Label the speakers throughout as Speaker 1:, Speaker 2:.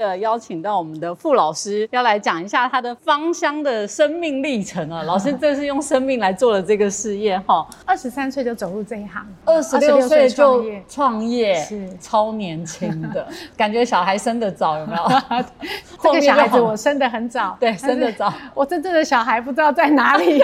Speaker 1: 呃，邀请到我们的傅老师，要来讲一下他的芳香的生命历程啊。老师这是用生命来做了这个事业哈，
Speaker 2: 二十三岁就走入这一行，
Speaker 1: 二十六
Speaker 2: 26
Speaker 1: 岁就
Speaker 2: 创业
Speaker 1: 创业，
Speaker 2: 是
Speaker 1: 超年轻 的感觉，小孩生得早有没有？
Speaker 2: 这
Speaker 1: 后
Speaker 2: 个
Speaker 1: 面
Speaker 2: 小孩
Speaker 1: 就
Speaker 2: 子
Speaker 1: 好
Speaker 2: 我生的很早，
Speaker 1: 对
Speaker 2: 但是
Speaker 1: 生得 早，
Speaker 2: 我真正的小孩不知道在 哪里。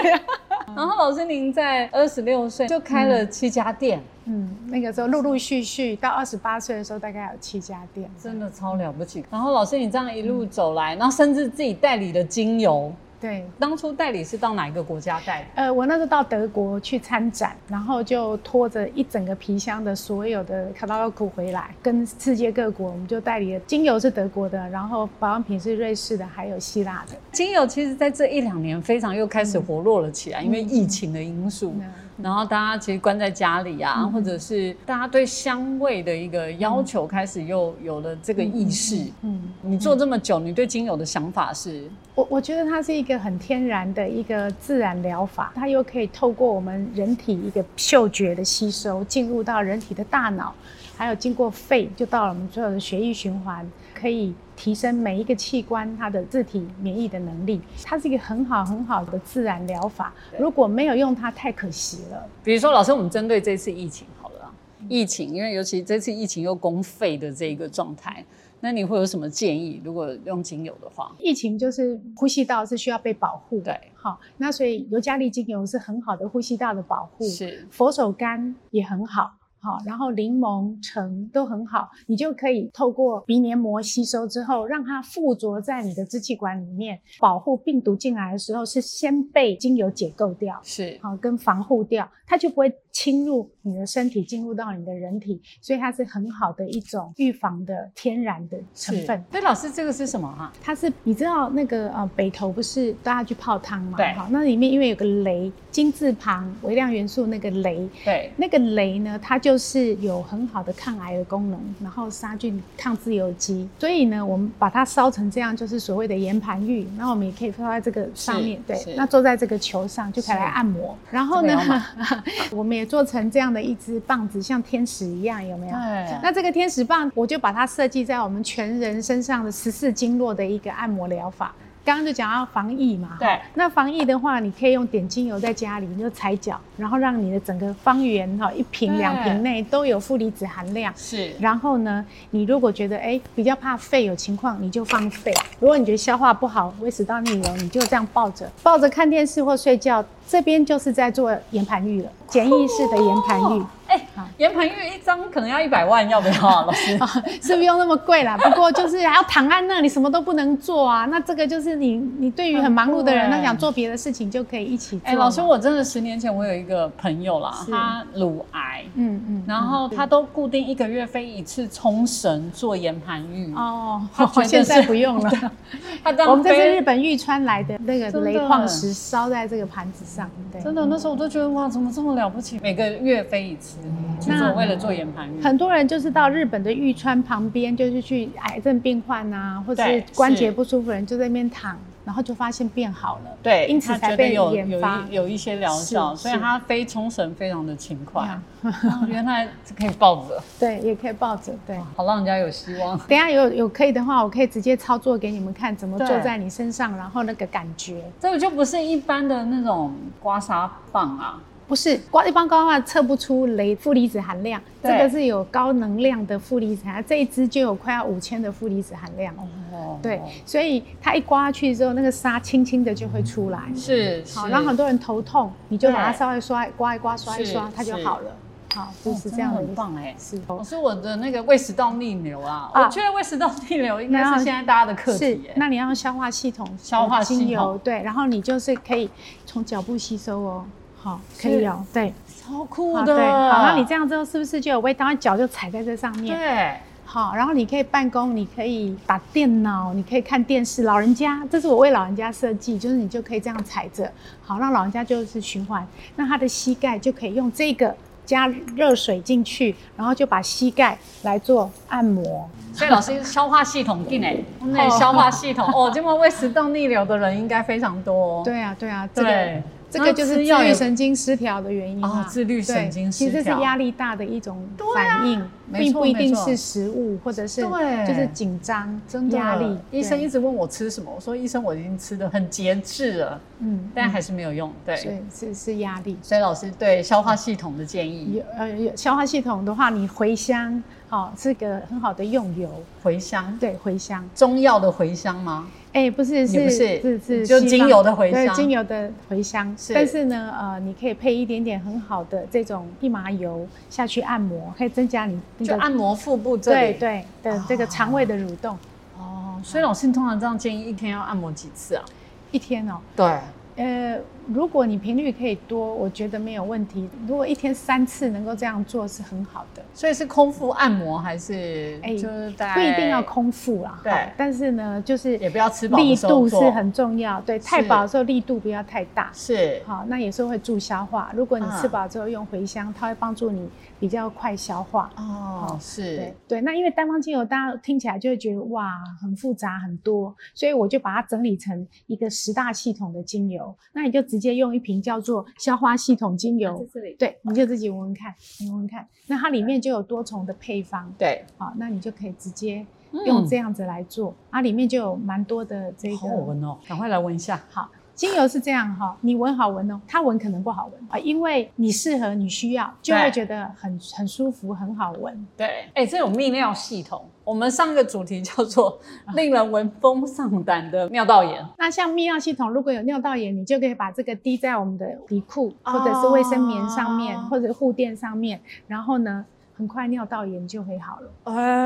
Speaker 1: 然后老师您在二十六岁就开了七家店，
Speaker 2: 嗯，那个时候陆陆续续到二十八岁的时候，大概有七家店。
Speaker 1: 真的超了不起。然后老师你这样一路走来，然后甚至自己代理的精油，
Speaker 2: 对，
Speaker 1: 当初代理是到哪一个国家代理？
Speaker 2: 呃，我那时候到德国去参展，然后就拖着一整个皮箱的所有的 catalog 回来，跟世界各国，我们就代理了精油是德国的，然后保养品是瑞士的，还有希腊的。
Speaker 1: 精油其实在这一两年非常又开始活络了起来，因为疫情的因素。
Speaker 2: 嗯
Speaker 1: 然后大家其实关在家里啊，或者是大家对香味的一个要求开始又有了这个意识。
Speaker 2: 嗯，
Speaker 1: 你做这么久，你对精油的想法是？
Speaker 2: 我我觉得它是一个很天然的一个自然疗法，它又可以透过我们人体一个嗅觉的吸收，进入到人体的大脑，还有经过肺，就到了我们所有的血液循环，可以提升每一个器官它的自体免疫的能力。它是一个很好很好的自然疗法，如果没有用它，太可惜了。
Speaker 1: 比如说，老师，我们针对这次疫情好了啦，啊
Speaker 2: 嗯
Speaker 1: 疫情，因为尤其这次疫情又公费的这个状态，那你会有什么建议？如果用精油的话，
Speaker 2: 疫情就是呼吸道是需要被保护的，
Speaker 1: 对，
Speaker 2: 好，那所以尤加利精油是很好的呼吸道的保护。
Speaker 1: 是
Speaker 2: 佛手柑也很好。好，然后柠檬、橙都很好，你就可以透过鼻黏膜吸收之后，让它附着在你的支气管里面，保护病毒进来的时候是先被精油解构掉，
Speaker 1: 是，
Speaker 2: 好跟防护掉，它就不会侵入你的身体，进入到你的人体，所以它是很好的一种预防的天然的成
Speaker 1: 是
Speaker 2: 分。。
Speaker 1: 对，老师，这个是什么啊？
Speaker 2: 它是你知道那个呃北投不是大家去泡汤嘛？
Speaker 1: 对
Speaker 2: 好，那里面因为有个镭，金字旁微量元素那个镭，
Speaker 1: 对，
Speaker 2: 那个镭呢，它就是有很好的抗癌的功能，然后杀菌、抗自由基。所以呢，我们把它烧成这样，就是所谓的岩盘浴。那我们也可以放在这个上面，
Speaker 1: 是
Speaker 2: 对
Speaker 1: 是，
Speaker 2: 那坐在这个球上就可以来按摩。然后
Speaker 1: 这
Speaker 2: 呢
Speaker 1: 个有，
Speaker 2: 我们也做成这样的一支棒子，像天使一样，有没有？
Speaker 1: 对
Speaker 2: 啊那这个天使棒，我就把它设计在我们全人身上的十四经络的一个按摩疗法。刚刚就讲到防疫嘛，哈
Speaker 1: 对
Speaker 2: 那防疫的话，你可以用点精油在家里，你就踩脚，然后让你的整个方圆哈一瓶
Speaker 1: 对
Speaker 2: 两瓶内都有负离子含量。
Speaker 1: 是
Speaker 2: 然后呢，你如果觉得哎比较怕肺有情况，你就放肺；如果你觉得哎消化不好、胃食道逆流，你就这样抱着抱着看电视或睡觉。这边就是在做岩盘浴 了，简易式的岩盘浴。
Speaker 1: 哎、岩盘浴一张可能要一百万，要不要啊，老 师？
Speaker 2: 是不用那么贵啦，不过就是还要躺在那里，什么都不能做啊。那这个就是你，你对于很忙碌的人，
Speaker 1: 很酷欸
Speaker 2: 那想做别的事情就可以一起做。
Speaker 1: 哎、老师，，我真的十年前我有一个朋友啦，
Speaker 2: 是
Speaker 1: 他乳癌，
Speaker 2: 嗯嗯，
Speaker 1: 然后他都固定一个月飞一次冲绳做岩盘浴，
Speaker 2: 哦
Speaker 1: 他觉，得
Speaker 2: 现在
Speaker 1: 是
Speaker 2: 不用了。
Speaker 1: 他这
Speaker 2: 我
Speaker 1: 样
Speaker 2: 们这是
Speaker 1: 飞
Speaker 2: 日。本玉川来的那个
Speaker 1: 真的
Speaker 2: 雷矿石烧在这个盘子上，对，
Speaker 1: 真的，那时候我都觉得哇，怎么这么了不起？每个月飞一次，就是
Speaker 2: 那
Speaker 1: 我为了做岩盘浴。
Speaker 2: 很多人就是到日本的玉川旁边，就是去癌症病患啊，或者
Speaker 1: 对
Speaker 2: 是关节
Speaker 1: 是
Speaker 2: 不舒服的人就在那边躺，然后就发现变好了。
Speaker 1: 对，
Speaker 2: 因此
Speaker 1: 他
Speaker 2: 才
Speaker 1: 觉得
Speaker 2: 被
Speaker 1: 有有
Speaker 2: 研发
Speaker 1: 一有一些疗效，
Speaker 2: 是
Speaker 1: 所以
Speaker 2: 是
Speaker 1: 他飞冲绳非常的勤快
Speaker 2: 呀。
Speaker 1: 哦 原来可以抱着，
Speaker 2: 对，也可以抱着，对。
Speaker 1: 好让人家有希 望。
Speaker 2: 等一下有有可以的话，我可以直接操作给你们看，怎么
Speaker 1: 对
Speaker 2: 坐在你身上，然后那个感觉
Speaker 1: 这个就不是一般的那种刮痧棒啊，
Speaker 2: 不是光一般光的话测不出雷负离子含量，这
Speaker 1: 对
Speaker 2: 个是有高能量的负离子含量，这一支就有快要五千的负离子含量。
Speaker 1: 哦，
Speaker 2: 对，所以它一刮下去之后，那个沙轻轻的就会出来。
Speaker 1: 是是，
Speaker 2: 好，让很多人头痛，你就把它
Speaker 1: 对
Speaker 2: 稍微刷刮一刮，刷一
Speaker 1: 是
Speaker 2: 刷，它就是好了。好，就是这样
Speaker 1: 哦
Speaker 2: 的
Speaker 1: 真
Speaker 2: 意
Speaker 1: 的很
Speaker 2: 思。
Speaker 1: 棒哎。
Speaker 2: 是。
Speaker 1: 老师，我的那个胃食道逆流啊，
Speaker 2: 啊
Speaker 1: 我觉得胃食道逆流应该
Speaker 2: 那
Speaker 1: 是现在大家的课
Speaker 2: 是
Speaker 1: 题耶，。
Speaker 2: 那你要用消化系统，
Speaker 1: 消化系统
Speaker 2: 精油对，然后你就是可以从脚部吸收哦，好，可以哦，对，
Speaker 1: 超酷
Speaker 2: 好
Speaker 1: 的。
Speaker 2: 啊对，好，那你这样之后是不是就有味道？脚就踩在这上面，
Speaker 1: 对，
Speaker 2: 好，然后你可以办公，你可以打电脑，你可以看电视，老人家，这是我为老人家设计，就是你就可以这样踩着，好，让老人家就是循环，那他的膝盖就可以用这个加热水进去，然后就把膝盖来做按摩，
Speaker 1: 所以老师消化系统进 哎，那消化系统哦，这么胃食道逆流的人应该非常多哦。
Speaker 2: 对啊，对啊，这个
Speaker 1: 对，
Speaker 2: 这个就
Speaker 1: 那
Speaker 2: 是
Speaker 1: 吃
Speaker 2: 自
Speaker 1: 药
Speaker 2: 律
Speaker 1: 也
Speaker 2: 神经失调的原因
Speaker 1: 哦
Speaker 2: 啊，
Speaker 1: 自律神经
Speaker 2: 对
Speaker 1: 失
Speaker 2: 其实
Speaker 1: 调
Speaker 2: 是压力大的一种
Speaker 1: 对啊
Speaker 2: 反应，
Speaker 1: 没
Speaker 2: 并
Speaker 1: 错
Speaker 2: 不一
Speaker 1: 没
Speaker 2: 定
Speaker 1: 错
Speaker 2: 是食物或者是
Speaker 1: 对
Speaker 2: 就是紧张、
Speaker 1: 真的
Speaker 2: 压力。
Speaker 1: 医生
Speaker 2: 对
Speaker 1: 一直问我吃什么，我说医生我已经吃的很节制了，
Speaker 2: 嗯，
Speaker 1: 但还
Speaker 2: 是
Speaker 1: 是没有用。对，
Speaker 2: 对是是压力。
Speaker 1: 所以老师对消化系统的建议，
Speaker 2: 有呃有消化系统的话，你茴香哦是个很好的用油，
Speaker 1: 茴香，
Speaker 2: 对茴香。
Speaker 1: 中药的茴香吗？
Speaker 2: 哎，不是
Speaker 1: 也
Speaker 2: 是
Speaker 1: 不是
Speaker 2: 是是
Speaker 1: 就
Speaker 2: 西
Speaker 1: 精
Speaker 2: 方
Speaker 1: 油的茴
Speaker 2: 对
Speaker 1: 香
Speaker 2: 精油的茴香。
Speaker 1: 是
Speaker 2: 但是呢，呃，你可以配一点点很好的这种蓖麻油下去按摩，可以增加你那
Speaker 1: 就
Speaker 2: 个
Speaker 1: 按摩腹部这
Speaker 2: 对
Speaker 1: 里。。
Speaker 2: 对的这个肠胃的蠕动。
Speaker 1: 哦，所以老师你通常这样建议一天要按摩几次啊？
Speaker 2: 一天哦，
Speaker 1: 对，
Speaker 2: 呃，如果你频率可以多，我觉得没有问题。如果一天三次能够这样做是很好的。
Speaker 1: 所以是空腹按摩还是？
Speaker 2: 哎
Speaker 1: 就是大概
Speaker 2: 不一定要，空腹啦，
Speaker 1: 对
Speaker 2: 哈但是呢，就是
Speaker 1: 也不要吃饱
Speaker 2: 力
Speaker 1: 的时候
Speaker 2: 度是
Speaker 1: 做
Speaker 2: 很重要，对，太
Speaker 1: 是
Speaker 2: 饱的时候力度不要太大，
Speaker 1: 是
Speaker 2: 好，那也是会助消化。如果你
Speaker 1: 嗯
Speaker 2: 吃饱之后用茴香，它会帮助你比较快消化。
Speaker 1: 哦
Speaker 2: 好，
Speaker 1: 是
Speaker 2: 对对，那因为单方精油大家听起来就会觉得哇很复杂很多，所以我就把它整理成一个十大系统的精油。那你就直接用一瓶叫做消化系统精油，
Speaker 1: 啊这里
Speaker 2: 对，你就自己闻闻看，你闻闻看。那它里面就有多重的配方，
Speaker 1: 对，
Speaker 2: 好，那你就可以直接用这样子来做，啊，里面就有蛮多的这
Speaker 1: 嗯
Speaker 2: 个
Speaker 1: 好好闻哦，赶快来闻一下。
Speaker 2: 好，精油是这样哈、你闻好闻哦，它闻可能不好闻啊，因为你适合你需要，就会
Speaker 1: 对
Speaker 2: 觉得很很舒服，很好闻。
Speaker 1: 对，哎、这有泌尿系统。我们上个主题叫 做“令人闻风丧胆的尿道炎
Speaker 2: 那像泌尿系统如果有尿道炎，你就可以把这个滴在我们的底裤或者是卫生棉上面，
Speaker 1: 哦
Speaker 2: 或者护垫上面，然后呢，很快尿道炎就会好了。”，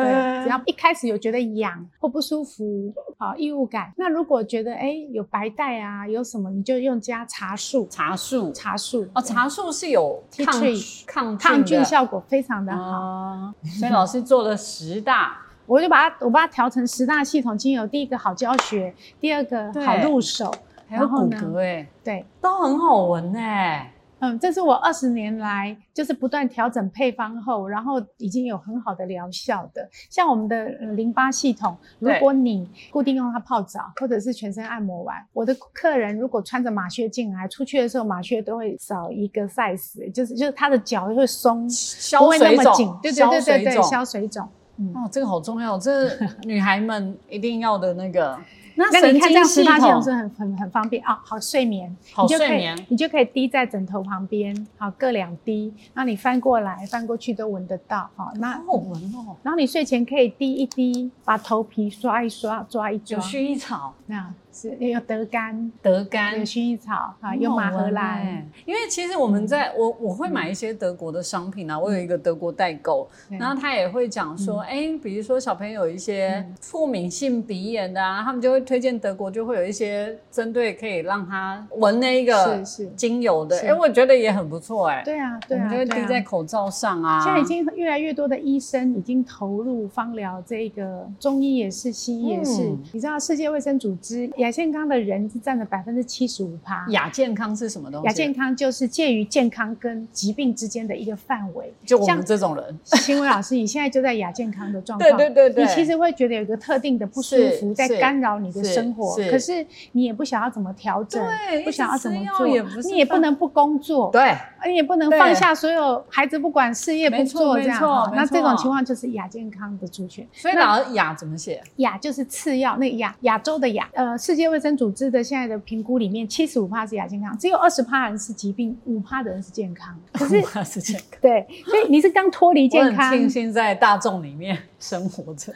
Speaker 2: 对，
Speaker 1: 哎
Speaker 2: 只要一开始有觉得痒或不舒服，好异物感，那如果觉得哎有白带啊，有什么你就用加茶树，
Speaker 1: 茶树
Speaker 2: 茶树
Speaker 1: 哦，茶树是有
Speaker 2: Tea
Speaker 1: 抗
Speaker 2: tree
Speaker 1: 抗
Speaker 2: 抗菌
Speaker 1: 的
Speaker 2: 效果非常的好。
Speaker 1: 啊。所以老师做了十 大，
Speaker 2: 我就把它，我把它调成十大系统精油。第一个好教学，第二个
Speaker 1: 对
Speaker 2: 好入手，
Speaker 1: 还有
Speaker 2: 然后
Speaker 1: 骨
Speaker 2: 呢
Speaker 1: 骼、哎，
Speaker 2: 对，
Speaker 1: 都很好闻哎、
Speaker 2: 嗯，这是我二十年来就是不断调整配方后，然后已经有很好的疗效的。像我们的呃淋巴系统，如
Speaker 1: 对
Speaker 2: 果你固定用它泡澡，或者是全身按摩完，我的客人如果穿着马靴进来，出去的时候马靴都会少一个 size，就是就是他的脚会松，不
Speaker 1: 消
Speaker 2: 会那
Speaker 1: 水
Speaker 2: 么紧
Speaker 1: 肿，，
Speaker 2: 对对对
Speaker 1: 消水
Speaker 2: 对对，
Speaker 1: 肿
Speaker 2: 消水肿。嗯，
Speaker 1: 哦，这个好重要，这是女孩们一定要的那个。
Speaker 2: 那你看这样十大系统
Speaker 1: 统
Speaker 2: 是很很很方便啊、好睡眠，
Speaker 1: 好
Speaker 2: 你就
Speaker 1: 睡
Speaker 2: 可以
Speaker 1: 眠
Speaker 2: 你就可以滴在枕头旁边，好各两滴，然后你翻过来翻过去都闻得到，好那。
Speaker 1: 好好闻哦，
Speaker 2: 然后你睡前可以滴一滴，把头皮刷一刷，抓一抓
Speaker 1: 有。薰衣草、
Speaker 2: 那是有德干，
Speaker 1: 德
Speaker 2: 有
Speaker 1: 柑，
Speaker 2: 薰衣草啊，
Speaker 1: 很
Speaker 2: 有
Speaker 1: 好
Speaker 2: 马荷
Speaker 1: 闻
Speaker 2: 兰
Speaker 1: 欸。，因为其实我们在我我会买一些德国的商品啊，我有一个德国代购，
Speaker 2: 对
Speaker 1: 然后他也会讲说，哎、比如说小朋友有一些
Speaker 2: 嗯
Speaker 1: 过敏性鼻炎的啊，他们就会推荐德国，就会有一些针对可以让他闻那个
Speaker 2: 是是
Speaker 1: 精油的，
Speaker 2: 是
Speaker 1: 哎、我觉得也很不错哎、
Speaker 2: 对啊，
Speaker 1: 我
Speaker 2: 对
Speaker 1: 们
Speaker 2: 啊，
Speaker 1: 就会滴
Speaker 2: 对
Speaker 1: 在
Speaker 2: 啊。
Speaker 1: 口罩上啊，
Speaker 2: 现在已经越来越多的医生已经投入芳疗这个，中医也是，西医也是。
Speaker 1: 嗯
Speaker 2: 你知道世界卫生组织亚健康的人是占了百分之七十五趴，
Speaker 1: 亚健康是什么东西？
Speaker 2: 嗯亚健康就是介于健康跟疾病之间的一个范围。
Speaker 1: 就我们
Speaker 2: 像
Speaker 1: 这种人，
Speaker 2: 新伟老师，你现在就在亚健康的状
Speaker 1: 对
Speaker 2: 况，
Speaker 1: 对对对，
Speaker 2: 你其实会觉得有一个特定的不舒服
Speaker 1: 是
Speaker 2: 在
Speaker 1: 是
Speaker 2: 干扰你的生活，
Speaker 1: 是是
Speaker 2: 可是你也不想要怎么调整，
Speaker 1: 对
Speaker 2: 不想要怎么
Speaker 1: 一直吃
Speaker 2: 做，
Speaker 1: 药也不是
Speaker 2: 你也不
Speaker 1: 办
Speaker 2: 能不工作，呃
Speaker 1: 对。
Speaker 2: 你也不能
Speaker 1: 对
Speaker 2: 放下所有孩子不管事业不
Speaker 1: 没错
Speaker 2: 做
Speaker 1: 没
Speaker 2: 这样
Speaker 1: 错
Speaker 2: 哈。
Speaker 1: 没
Speaker 2: 那这种
Speaker 1: 错
Speaker 2: 情况就是亚健康的族群，
Speaker 1: 所以
Speaker 2: 那
Speaker 1: 老亚怎么写？
Speaker 2: 亚就是次要，那个亚亚洲的亚，呃，世界卫生组织的现在的评估里面，七十五趴是亚健康，只有二十趴人是疾病，五趴的人是健康。可是
Speaker 1: 我是健康。
Speaker 2: 对，所以你是刚脱离
Speaker 1: 哦我
Speaker 2: 健
Speaker 1: 很
Speaker 2: 康，
Speaker 1: 庆幸在大众里面生活着。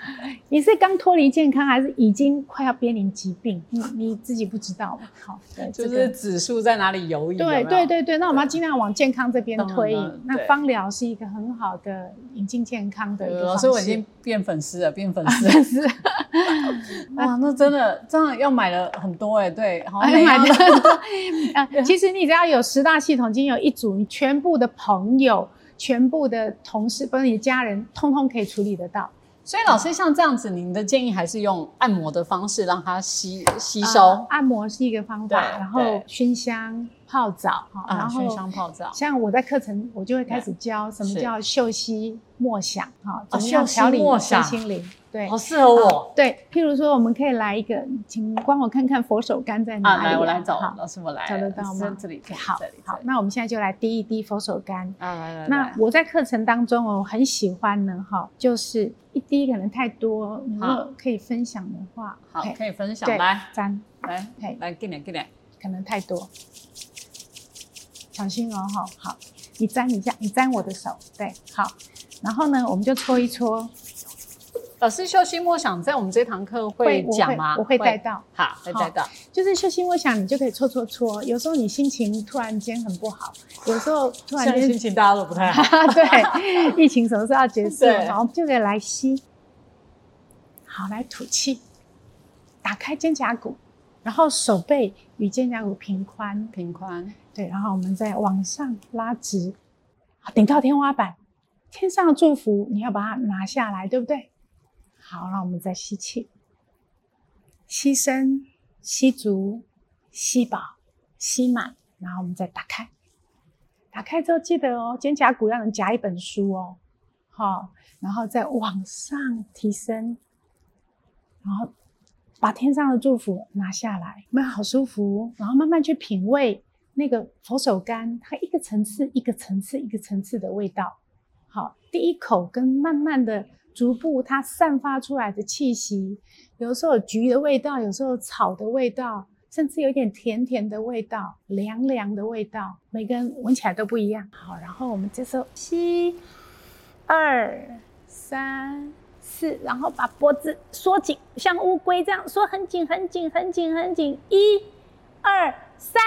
Speaker 2: 你是刚脱离健康，还是已经快要濒临疾病？你你自己不知道嘛？好，对，
Speaker 1: 就
Speaker 2: 这
Speaker 1: 是
Speaker 2: 个
Speaker 1: 指数在哪里游移？有没
Speaker 2: 对
Speaker 1: 有
Speaker 2: 对，对对，那我们要尽量往健康这边
Speaker 1: 当然
Speaker 2: 推
Speaker 1: 了
Speaker 2: 移。那
Speaker 1: 对
Speaker 2: 芳疗是一个很好的引进健康的一
Speaker 1: 呃
Speaker 2: 个
Speaker 1: 老
Speaker 2: 方
Speaker 1: 师
Speaker 2: 式。
Speaker 1: 我已经变粉丝了，变 粉丝。
Speaker 2: 但是
Speaker 1: 哇，那真的这样要买了很多哎，对，好像
Speaker 2: 哎买
Speaker 1: 每
Speaker 2: 的
Speaker 1: 样
Speaker 2: 很多。 啊，其实你只要有十大系统精油一组，你全部的朋友、全部的同事，包括你的家人，通通可以处理得到。
Speaker 1: 所以老师像这样子，您的建议还是用按摩的方式让它吸吸收
Speaker 2: 啊按摩是一个方
Speaker 1: 对
Speaker 2: 法，然后
Speaker 1: 对
Speaker 2: 熏香、泡澡，哈
Speaker 1: 啊，
Speaker 2: 然
Speaker 1: 熏
Speaker 2: 后
Speaker 1: 香泡澡。
Speaker 2: 像我在课程，我就会开始教什么
Speaker 1: 是
Speaker 2: 叫嗅息默想，哈，
Speaker 1: 啊
Speaker 2: 怎么样
Speaker 1: 嗅息
Speaker 2: 调理
Speaker 1: 默
Speaker 2: 身
Speaker 1: 想
Speaker 2: 心灵。对
Speaker 1: 好适合我
Speaker 2: 对，譬如说我们可以来一个，请帮我看看佛手柑在哪
Speaker 1: 啊！
Speaker 2: 里、
Speaker 1: 来，我来找
Speaker 2: 好，
Speaker 1: 老师，我来
Speaker 2: 找得到吗
Speaker 1: 是这里，这里
Speaker 2: 好
Speaker 1: 这里，
Speaker 2: 好
Speaker 1: 这，里
Speaker 2: 那我们现在就来滴一滴佛手柑。
Speaker 1: 啊，来来，
Speaker 2: 那
Speaker 1: 来
Speaker 2: 我在课程当中哦，我很喜欢呢，哈，就是一滴可能太多，如果可以分享的话，
Speaker 1: 好
Speaker 2: OK，
Speaker 1: 可以分享，
Speaker 2: 对
Speaker 1: 来
Speaker 2: 沾
Speaker 1: 来
Speaker 2: 嘿
Speaker 1: 来，给点给点，
Speaker 2: 可能太多，小心哦，哈，好，你沾一下，你沾我的手，对，好，然后呢，我们就搓一搓，
Speaker 1: 老师秀心默想在我们这堂课
Speaker 2: 我
Speaker 1: 讲吗？
Speaker 2: 我会带，到，
Speaker 1: 好，会带到，
Speaker 2: 就是秀心，我想你就可以搓搓搓，有时候你心情突然间很不好，有时候突然
Speaker 1: 现在
Speaker 2: 间
Speaker 1: 心情大家都不 太好。
Speaker 2: 对，疫情什么时候要结束？
Speaker 1: 对
Speaker 2: 好，就可以来吸，好，来吐气，打开肩胛骨，然后手背与肩胛骨平宽，
Speaker 1: 平宽，
Speaker 2: 对，然后我们再往上拉直，好顶到天花板。天上的祝福你要把它拿下来，对不对？好，那我们再吸气，吸深、吸足、吸饱、吸满，然后我们再打开。打开之后记得哦，肩胛骨要能夹一本书哦，好、然后再往上提升，然后把天上的祝福拿下来，慢慢好舒服，哦然后慢慢去品味那个佛手柑，它一个层次一个层次一个层次的味道。好，第一口跟慢慢的逐步它散发出来的气息，有时候有菊的味道，有时候有草的味道，甚至有一点甜甜的味道，凉凉的味道，每个人闻起来都不一样。好，然后我们这时候吸，二三四，然后把脖子缩紧，像乌龟这样缩很紧很紧很紧很紧，一二三。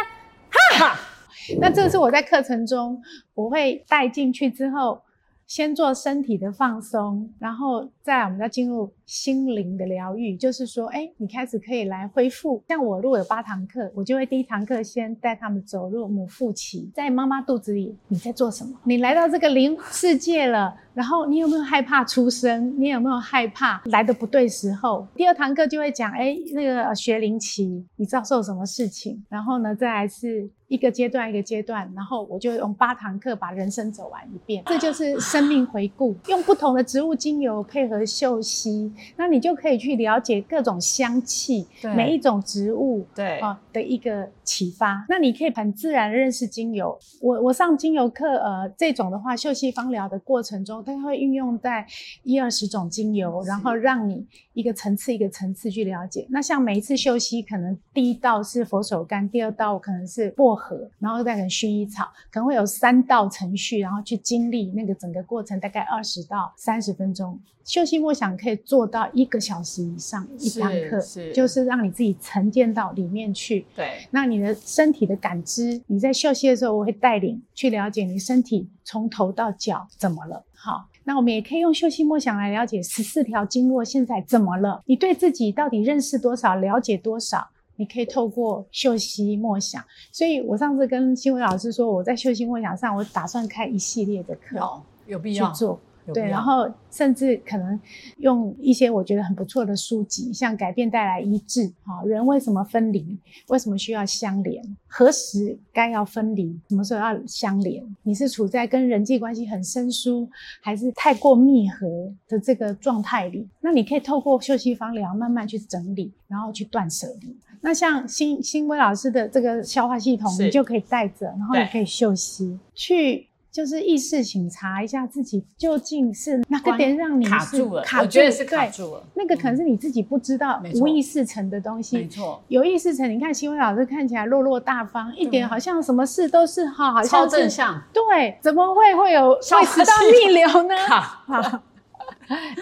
Speaker 2: 那这是我在课程中我会带进去之后，先做身体的放松，然后再来我们要进入心灵的疗愈，就是说，哎，你开始可以来恢复。像我如果有八堂课，我就会第一堂课先带他们走入母腹期，在妈妈肚子里你在做什么？你来到这个灵世界了，然后你有没有害怕出生？你有没有害怕来的不对时候？第二堂课就会讲，哎，那个呃学龄期你遭受什么事情？然后呢，再来是一个阶段一个阶段，然后我就用八堂课把人生走完一遍，这就是生命回顾。用不同的植物精油配合嗅息，那你就可以去了解各种香气
Speaker 1: 对，
Speaker 2: 每一种植物，
Speaker 1: 对
Speaker 2: 哦的一个启发。那你可以很自然地认识精油。我我上精油课，呃，这种的话，嗅息芳疗的过程中，它会运用在一二十种精油，
Speaker 1: 是
Speaker 2: 然后让你一个层次一个层次去了解。那像每一次嗅息，可能第一道是佛手柑，第二道可能是薄荷，然后再可能薰衣草，可能会有三道程序，然后去经历那个整个过程，大概二十到三十分钟。嗅息默想可以做到一个小时以上一堂
Speaker 1: 是
Speaker 2: 课，
Speaker 1: 是
Speaker 2: 就是让你自己沉淀到里面去。
Speaker 1: 对，
Speaker 2: 那你的身体的感知，你在休息的时候，我会带领去了解你身体从头到脚怎么了。好，那我们也可以用休息默想来了解十四条经络现在怎么了，你对自己到底认识多少，了解多少。你可以透过休息默想，所以我上次跟新伟老师说，我在休息默想上，我打算开一系列的课
Speaker 1: 有有必
Speaker 2: 去
Speaker 1: 要，
Speaker 2: 做。
Speaker 1: 有必
Speaker 2: 对，
Speaker 1: 要
Speaker 2: 然后甚至可能用一些我觉得很不错的书籍，像《改变带来医治》哈、人为什么分离？为什么需要相连？何时该要分离？什么时候要相连？你是处在跟人际关系很生疏，还是太过密合的这个状态里？那你可以透过休息方疗慢慢去整理，然后去断舍离。那像新新威老师的这个消化系统，
Speaker 1: 是
Speaker 2: 你就可以带着，然后你
Speaker 1: 对
Speaker 2: 可以休息去。就是意识醒察一下自己究竟是哪个点让你是
Speaker 1: 卡住了，
Speaker 2: 卡
Speaker 1: 我觉得
Speaker 2: 住
Speaker 1: 是卡
Speaker 2: 对
Speaker 1: 住了，
Speaker 2: 那个可能是你自己不知道
Speaker 1: 嗯没、错
Speaker 2: 无意识成的东
Speaker 1: 没
Speaker 2: 西。
Speaker 1: 错，
Speaker 2: 有意识成，你看新闻老师看起来落落大方，一点好像什么事都是好，好
Speaker 1: 超
Speaker 2: 像
Speaker 1: 正
Speaker 2: 是
Speaker 1: 向，
Speaker 2: 对，怎么会会有
Speaker 1: 消
Speaker 2: 会
Speaker 1: 化
Speaker 2: 知道逆流 呢？
Speaker 1: 卡，
Speaker 2: 好，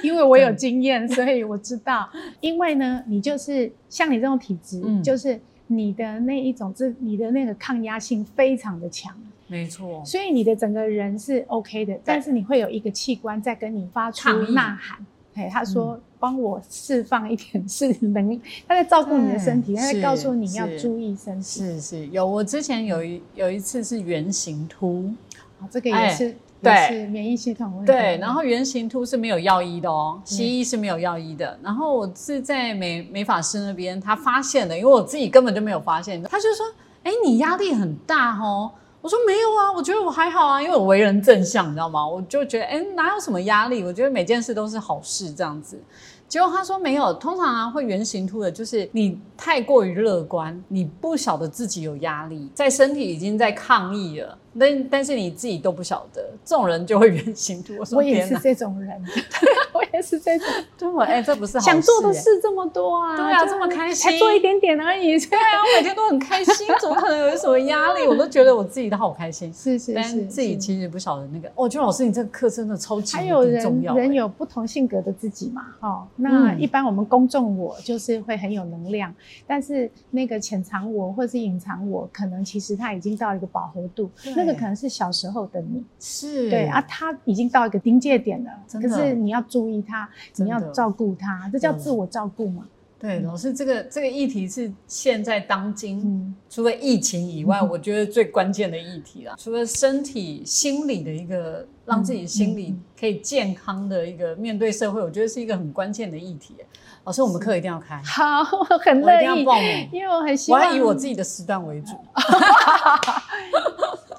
Speaker 2: 因为我有经
Speaker 1: 嗯
Speaker 2: 验，所以我知道。因为呢，你就是像你这种体质，
Speaker 1: 嗯
Speaker 2: 就是你的那一种自，你的那个抗压性非常的强，
Speaker 1: 没错，
Speaker 2: 所以你的整个人是 OK 的，但是你会有一个器官在跟你发出
Speaker 1: 抗议嗯
Speaker 2: 呐喊。哎，他说帮我释放一点是能，他在照顾你的身体，
Speaker 1: 对
Speaker 2: 他在告诉你
Speaker 1: 嗯是
Speaker 2: 要
Speaker 1: 是
Speaker 2: 注意身体。
Speaker 1: 是是有，我之前有一有一次是圆形秃，
Speaker 2: 哦这个也
Speaker 1: 哎
Speaker 2: 是，
Speaker 1: 对
Speaker 2: 也是免疫系统问题。
Speaker 1: 对，然后圆形秃是没有药医的哦，西医是没有药医的。然后我是在美美发师那边，他发现的，因为我自己根本就没有发现，他就说：“哎，你压力很大哦。”我说：“没有啊，我觉得我还好啊，因为我为嗯人正向，你知道吗？我就觉得，哎，哪有什么压力？我觉得每件事都是好事这样子。”结果他说没有，通常啊会原型突的，就是你太过于乐观，你不晓得自己有压力，在身体已经在抗议了，但但是你自己都不晓得，这种人就会原型突。我说
Speaker 2: 我也
Speaker 1: 天
Speaker 2: 是
Speaker 1: 哪，
Speaker 2: 这种 人，我也是这种
Speaker 1: 对，我哎，这不是好
Speaker 2: 想做的
Speaker 1: 欸。
Speaker 2: 事这么多啊，
Speaker 1: 对啊
Speaker 2: 就
Speaker 1: 这么开心
Speaker 2: 才做一点点而已，
Speaker 1: 对啊，我每天都很开心，怎么可能有什么压力？我都觉得我自己都好开心，
Speaker 2: 是是
Speaker 1: 但
Speaker 2: 是，
Speaker 1: 自己其实不晓得那个。哦，就老师，你这个课真的超级
Speaker 2: 还
Speaker 1: 无
Speaker 2: 有
Speaker 1: 敌重
Speaker 2: 人
Speaker 1: 要
Speaker 2: 人
Speaker 1: 欸
Speaker 2: 有不同性格的自己嘛，哦，那
Speaker 1: 嗯
Speaker 2: 一般我们公众我就是会很有能量，但是那个潜藏我或是隐藏我，可能其实他已经到一个饱和度
Speaker 1: 对，
Speaker 2: 那个可能是小时候的你，
Speaker 1: 是
Speaker 2: 对啊，，他已经到一个临界点了，
Speaker 1: 真的
Speaker 2: 可是你要注意他，
Speaker 1: 真
Speaker 2: 你
Speaker 1: 的
Speaker 2: 要照顾他，这叫
Speaker 1: 嗯
Speaker 2: 自我照顾嘛，
Speaker 1: 对
Speaker 2: 嗯
Speaker 1: 老师，这个这个议题是现在当今
Speaker 2: 嗯，
Speaker 1: 除了疫情以外，
Speaker 2: 嗯
Speaker 1: 我觉得最关键的议题啦，除了身体、心理的一个让自己心
Speaker 2: 嗯
Speaker 1: 理可以健康的一个面对社会，我觉得是一个很关键的议题耶。老师，我们课一定要开，
Speaker 2: 好，我
Speaker 1: 我
Speaker 2: 很
Speaker 1: 一
Speaker 2: 乐
Speaker 1: 定要
Speaker 2: 意。
Speaker 1: 报名。
Speaker 2: 因为我很希
Speaker 1: 我
Speaker 2: 望，嗯
Speaker 1: 要以我自己的时段为主，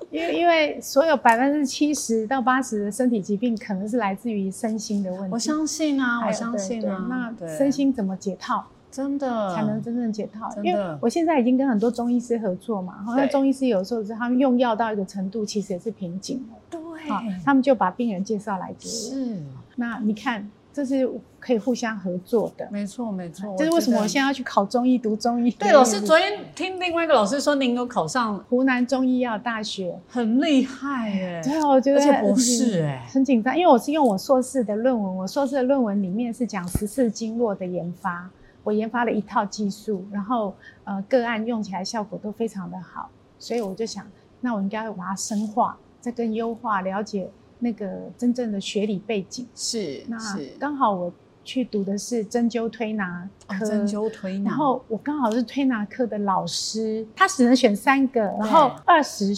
Speaker 2: 因为因为所有百分之七十到八十的身体疾病，可能是来自于身心的问题。
Speaker 1: 我相信啊，
Speaker 2: 还
Speaker 1: 我
Speaker 2: 有
Speaker 1: 相
Speaker 2: 对
Speaker 1: 信
Speaker 2: 对
Speaker 1: 啊，
Speaker 2: 那
Speaker 1: 对
Speaker 2: 身心怎么解套
Speaker 1: 真的
Speaker 2: 才能真正解套？
Speaker 1: 嗯真的
Speaker 2: 因为我现在已经跟很多中医师合作嘛，好像
Speaker 1: 对
Speaker 2: 中医师有时候是他们用药到一个程度，其实也是瓶颈了，
Speaker 1: 对，
Speaker 2: 啊，他们就把病人介绍来给我。
Speaker 1: 嗯是
Speaker 2: 那你看，这是可以互相合作的，
Speaker 1: 没错没错。
Speaker 2: 这是为什么我现
Speaker 1: 在
Speaker 2: 在要去考中医、读中医？
Speaker 1: 对老师昨天听另外一个老师说，您有考上，
Speaker 2: 湖南中医药大学，
Speaker 1: 很厉害耶，
Speaker 2: 对，啊我觉得
Speaker 1: 而且博
Speaker 2: 很
Speaker 1: 士哎，
Speaker 2: 很紧张，因为我是用我硕士的论文，我硕士的论文里面是讲十四经络的研发，我研发了一套技术，然后呃个案用起来效果都非常的好，所以我就想，那我应该把它深化，再更优化，了解那个真正的学理背景。
Speaker 1: 是
Speaker 2: 那
Speaker 1: 是。
Speaker 2: 刚好我去读的是针灸推拿
Speaker 1: 哦
Speaker 2: 科，
Speaker 1: 针灸推拿，
Speaker 2: 然后我刚好是推拿课的老师，他只能选三个，然后二十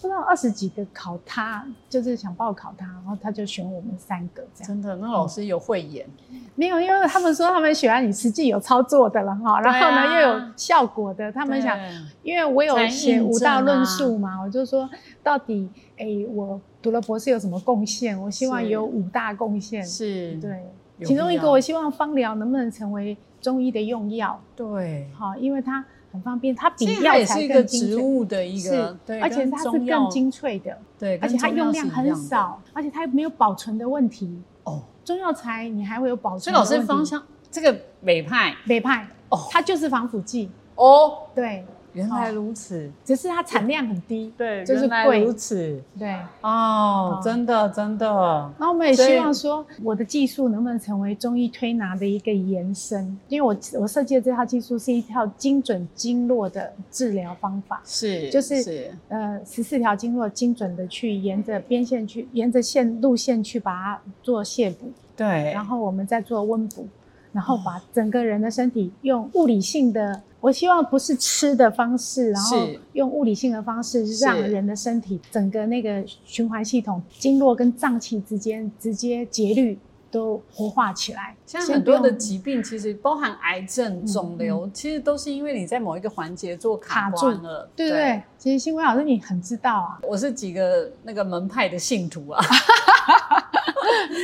Speaker 2: 不知道二十几个考他，就是想报考他，然后他就选我们三个这样。
Speaker 1: 真的，那老师有慧眼，
Speaker 2: 没有，因为他们说他们喜欢你实际有操作的了哈，
Speaker 1: 对啊
Speaker 2: 然后呢、又有效果的，他
Speaker 1: 他
Speaker 2: 们想，因为我有写五道论述
Speaker 1: 啊
Speaker 2: 嘛，我就说到底诶，我读了博士有什么贡献？我希望
Speaker 1: 是
Speaker 2: 有五大贡献，
Speaker 1: 是，
Speaker 2: 对。
Speaker 1: 有
Speaker 2: 其中一
Speaker 1: 必
Speaker 2: 个，
Speaker 1: 要
Speaker 2: 我希望芳疗能不能成为中医的用药？
Speaker 1: 对，
Speaker 2: 好，因为它很方便，它比
Speaker 1: 其实它
Speaker 2: 药
Speaker 1: 也是
Speaker 2: 材
Speaker 1: 一个
Speaker 2: 更精
Speaker 1: 植
Speaker 2: 粹，
Speaker 1: 物的一个
Speaker 2: 是，
Speaker 1: 对，
Speaker 2: 而且
Speaker 1: 跟
Speaker 2: 它是
Speaker 1: 中药
Speaker 2: 更精，粹的，
Speaker 1: 对，
Speaker 2: 而
Speaker 1: 跟
Speaker 2: 且它
Speaker 1: 中
Speaker 2: 用
Speaker 1: 药
Speaker 2: 量
Speaker 1: 是一
Speaker 2: 很
Speaker 1: 样的
Speaker 2: 少，而且它没有保存的问题。
Speaker 1: 哦。
Speaker 2: 中药材你还会有保
Speaker 1: 所以
Speaker 2: 存的
Speaker 1: 老
Speaker 2: 问
Speaker 1: 师
Speaker 2: 题。
Speaker 1: 芳香这个北派
Speaker 2: 北派
Speaker 1: 哦
Speaker 2: 它就是防腐剂，
Speaker 1: 哦，
Speaker 2: 对，
Speaker 1: 原来如此，
Speaker 2: 只是它产量很低，
Speaker 1: 对
Speaker 2: 哦就是
Speaker 1: 原来
Speaker 2: 贵
Speaker 1: 如此
Speaker 2: 对。
Speaker 1: 哦
Speaker 2: 哦，
Speaker 1: 真的真的，
Speaker 2: 那我们也
Speaker 1: 所以
Speaker 2: 希望说，我的技术能不能成为中医推拿的一个延伸？因为我我设计的这套技术是一套精准经络的治疗方法。
Speaker 1: 是
Speaker 2: 就是
Speaker 1: 是
Speaker 2: 呃十四条经络精准的去沿着边线去，沿着线路线去把它做泻补，
Speaker 1: 对嗯
Speaker 2: 然，后我们再做温补，然后把整个人的身体用物理性的，我希望不是吃的方式，然后
Speaker 1: 是
Speaker 2: 用物理性的方式让人的身体整个那个循环系统、经络跟脏器之间直接节律都活化起来。
Speaker 1: 现在
Speaker 2: 先
Speaker 1: 很
Speaker 2: 不
Speaker 1: 多的
Speaker 2: 用嗯
Speaker 1: 疾病其实包含癌症、肿瘤，其实都是因为你在某一个环节做卡
Speaker 2: 卡住
Speaker 1: 关了，
Speaker 2: 对对对，其实新辉老师你很知道啊，
Speaker 1: 我是几个那个门派的信徒啊，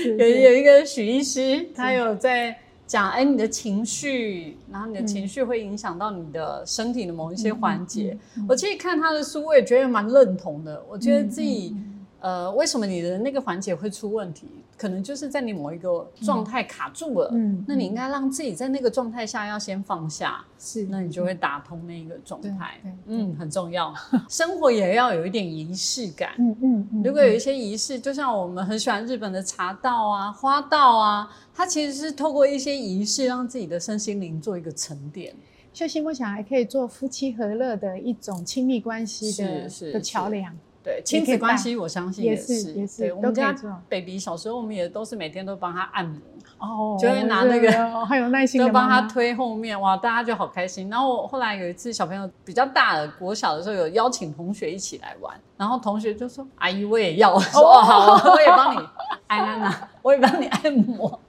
Speaker 2: 是
Speaker 1: 有
Speaker 2: 是
Speaker 1: 有一个许医师，他有在讲，哎，你的情绪，然后你的
Speaker 2: 嗯
Speaker 1: 情绪会影响到你的身体的某一些环节。
Speaker 2: 嗯嗯嗯
Speaker 1: 我其实看他的书，我也觉得蛮认同的。我觉得自己
Speaker 2: 嗯嗯嗯
Speaker 1: 呃，为什么你的那个环节会出问题，可能就是在你某一个状态卡住了。
Speaker 2: 嗯
Speaker 1: 那你应该让自己在那个状态下要先放下，
Speaker 2: 是，
Speaker 1: 那你就会打通那个状态
Speaker 2: 对对。对
Speaker 1: 嗯，很重要。 生活也要有一点仪式感。
Speaker 2: 嗯嗯嗯，
Speaker 1: 如果有
Speaker 2: 嗯
Speaker 1: 一些仪式，就像我们很喜欢日本的茶道啊、花道啊，它其实是透过一些仪式，让自己的身心灵做一个沉淀。
Speaker 2: 休息默想还可以做夫妻和乐的一种亲密关系
Speaker 1: 是
Speaker 2: 的
Speaker 1: 是
Speaker 2: 的桥梁，
Speaker 1: 对亲子关系，我相信
Speaker 2: 也
Speaker 1: 是。
Speaker 2: 是也是
Speaker 1: 对
Speaker 2: 都
Speaker 1: 我们
Speaker 2: 可以
Speaker 1: 家
Speaker 2: 做
Speaker 1: baby 小时候，我们也都是每天都帮他按摩，
Speaker 2: 哦
Speaker 1: 就会拿那个
Speaker 2: 是 哦很有耐心
Speaker 1: 就
Speaker 2: 的
Speaker 1: 帮
Speaker 2: 妈
Speaker 1: 他
Speaker 2: 妈，
Speaker 1: 推后面，哇，大家就好开心。然后我后来有一次，小朋友比较大了，国小的时候有邀请同学一起来玩，然后同学就说：“阿姨，我也要。”我说：“哦，好，我也帮 你按按啊，我也帮你按摩。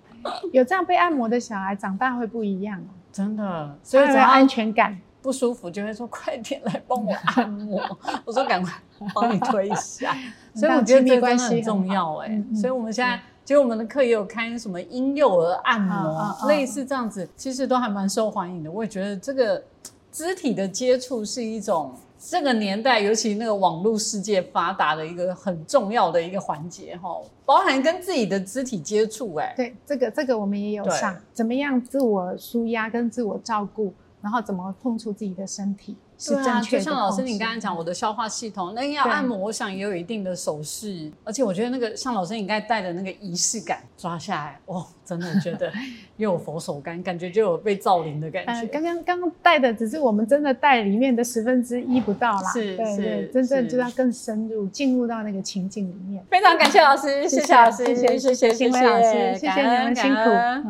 Speaker 2: 有这样被按摩的小孩长大会不一样哦，”
Speaker 1: 真的，所
Speaker 2: 所
Speaker 1: 以
Speaker 2: 以
Speaker 1: 只
Speaker 2: 有
Speaker 1: 要
Speaker 2: 安全感。
Speaker 1: 不舒服就会说快点来帮 我按摩，我说赶快帮你推一下，所以我觉得这个真的很重要哎、
Speaker 2: 嗯嗯
Speaker 1: 所以我们现在结果我们的课也有开什么婴幼儿按摩，
Speaker 2: 嗯嗯嗯
Speaker 1: 类似这样子，其实都还蛮受欢迎的。我也觉得这个肢体的接触是一种这个年代，尤其那个网络世界发达的一个很重要的一个环节哈，包含跟自己的肢体接触、哎，
Speaker 2: 对，这个这个我们也有
Speaker 1: 对
Speaker 2: 上，怎么样自我舒压跟自我照顾，然后怎么碰触自己的身体是
Speaker 1: 对
Speaker 2: 正
Speaker 1: 啊，
Speaker 2: 确
Speaker 1: 就
Speaker 2: 的、
Speaker 1: 像老师你刚才讲，，我的消化系统，那要
Speaker 2: 对
Speaker 1: 按摩，我想也有一定的手势，而且我觉得那个像老师你刚才带的那个仪式感抓下来，哦，真的觉 得又有佛手柑，感觉就有被造林的感
Speaker 2: 呃，
Speaker 1: 觉。
Speaker 2: 刚刚刚刚带的只是我们真的带里面的十分之一不到啦，
Speaker 1: 是
Speaker 2: 对
Speaker 1: 是
Speaker 2: 对，真正
Speaker 1: 是
Speaker 2: 就要更深入进入到那个情境里面。
Speaker 1: 非常感谢老师，
Speaker 2: 谢
Speaker 1: 谢
Speaker 2: 谢
Speaker 1: 老师，
Speaker 2: 谢谢
Speaker 1: 谢谢
Speaker 2: 新伟老师，谢谢你们辛苦。
Speaker 1: 感恩感恩
Speaker 2: 嗯